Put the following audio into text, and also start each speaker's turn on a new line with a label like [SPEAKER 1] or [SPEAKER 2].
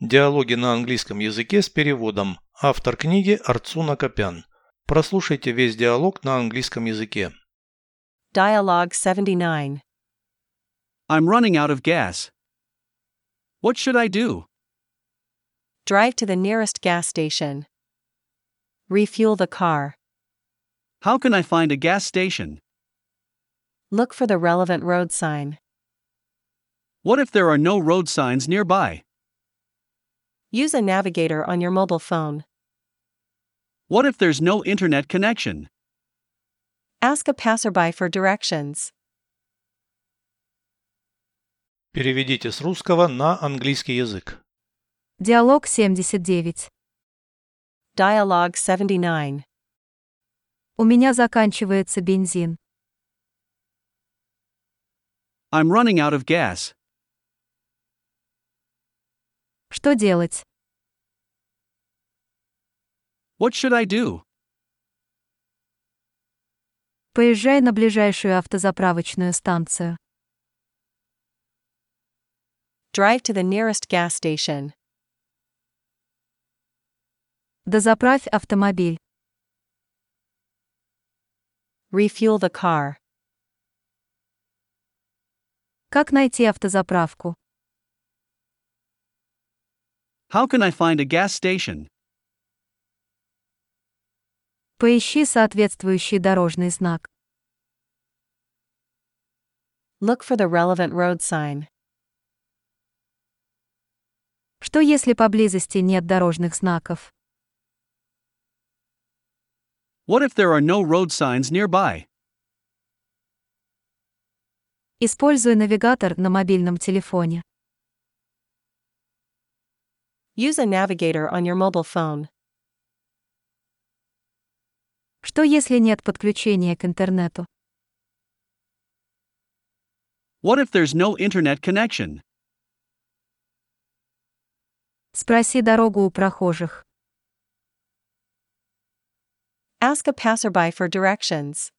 [SPEAKER 1] Диалоги на английском языке с переводом. Автор книги Арцуна Копян. Прослушайте весь диалог на английском языке.
[SPEAKER 2] Dialogue 79.
[SPEAKER 3] I'm running out of gas. What should I do?
[SPEAKER 2] Drive to the nearest gas station. Refuel the car.
[SPEAKER 3] How can I find a gas station?
[SPEAKER 2] Look for the relevant road sign.
[SPEAKER 3] What if there are no road signs nearby?
[SPEAKER 2] Use a navigator on your mobile phone.
[SPEAKER 3] What if there's no internet connection?
[SPEAKER 2] Ask a passerby for directions.
[SPEAKER 1] Переведите с русского на английский язык.
[SPEAKER 4] Диалог 79.
[SPEAKER 2] Dialogue 79.
[SPEAKER 4] У меня заканчивается бензин.
[SPEAKER 3] I'm running out of gas.
[SPEAKER 4] Что делать?
[SPEAKER 3] What should I do?
[SPEAKER 4] Поезжай на ближайшую автозаправочную станцию.
[SPEAKER 2] Drive to the nearest gas station.
[SPEAKER 4] Дозаправь автомобиль.
[SPEAKER 2] Refuel the car.
[SPEAKER 4] Как найти автозаправку?
[SPEAKER 3] How can I find a gas station?
[SPEAKER 4] Поищи соответствующий дорожный знак.
[SPEAKER 2] Look for the relevant road sign.
[SPEAKER 4] Что если поблизости нет дорожных знаков?
[SPEAKER 3] What if there are no road signs nearby?
[SPEAKER 4] Используй навигатор на мобильном телефоне.
[SPEAKER 2] Use a navigator on your mobile phone.
[SPEAKER 4] Что если нет подключения к интернету?
[SPEAKER 3] What if there's no internet connection?
[SPEAKER 4] Спроси дорогу у прохожих.
[SPEAKER 2] Ask a passerby for directions.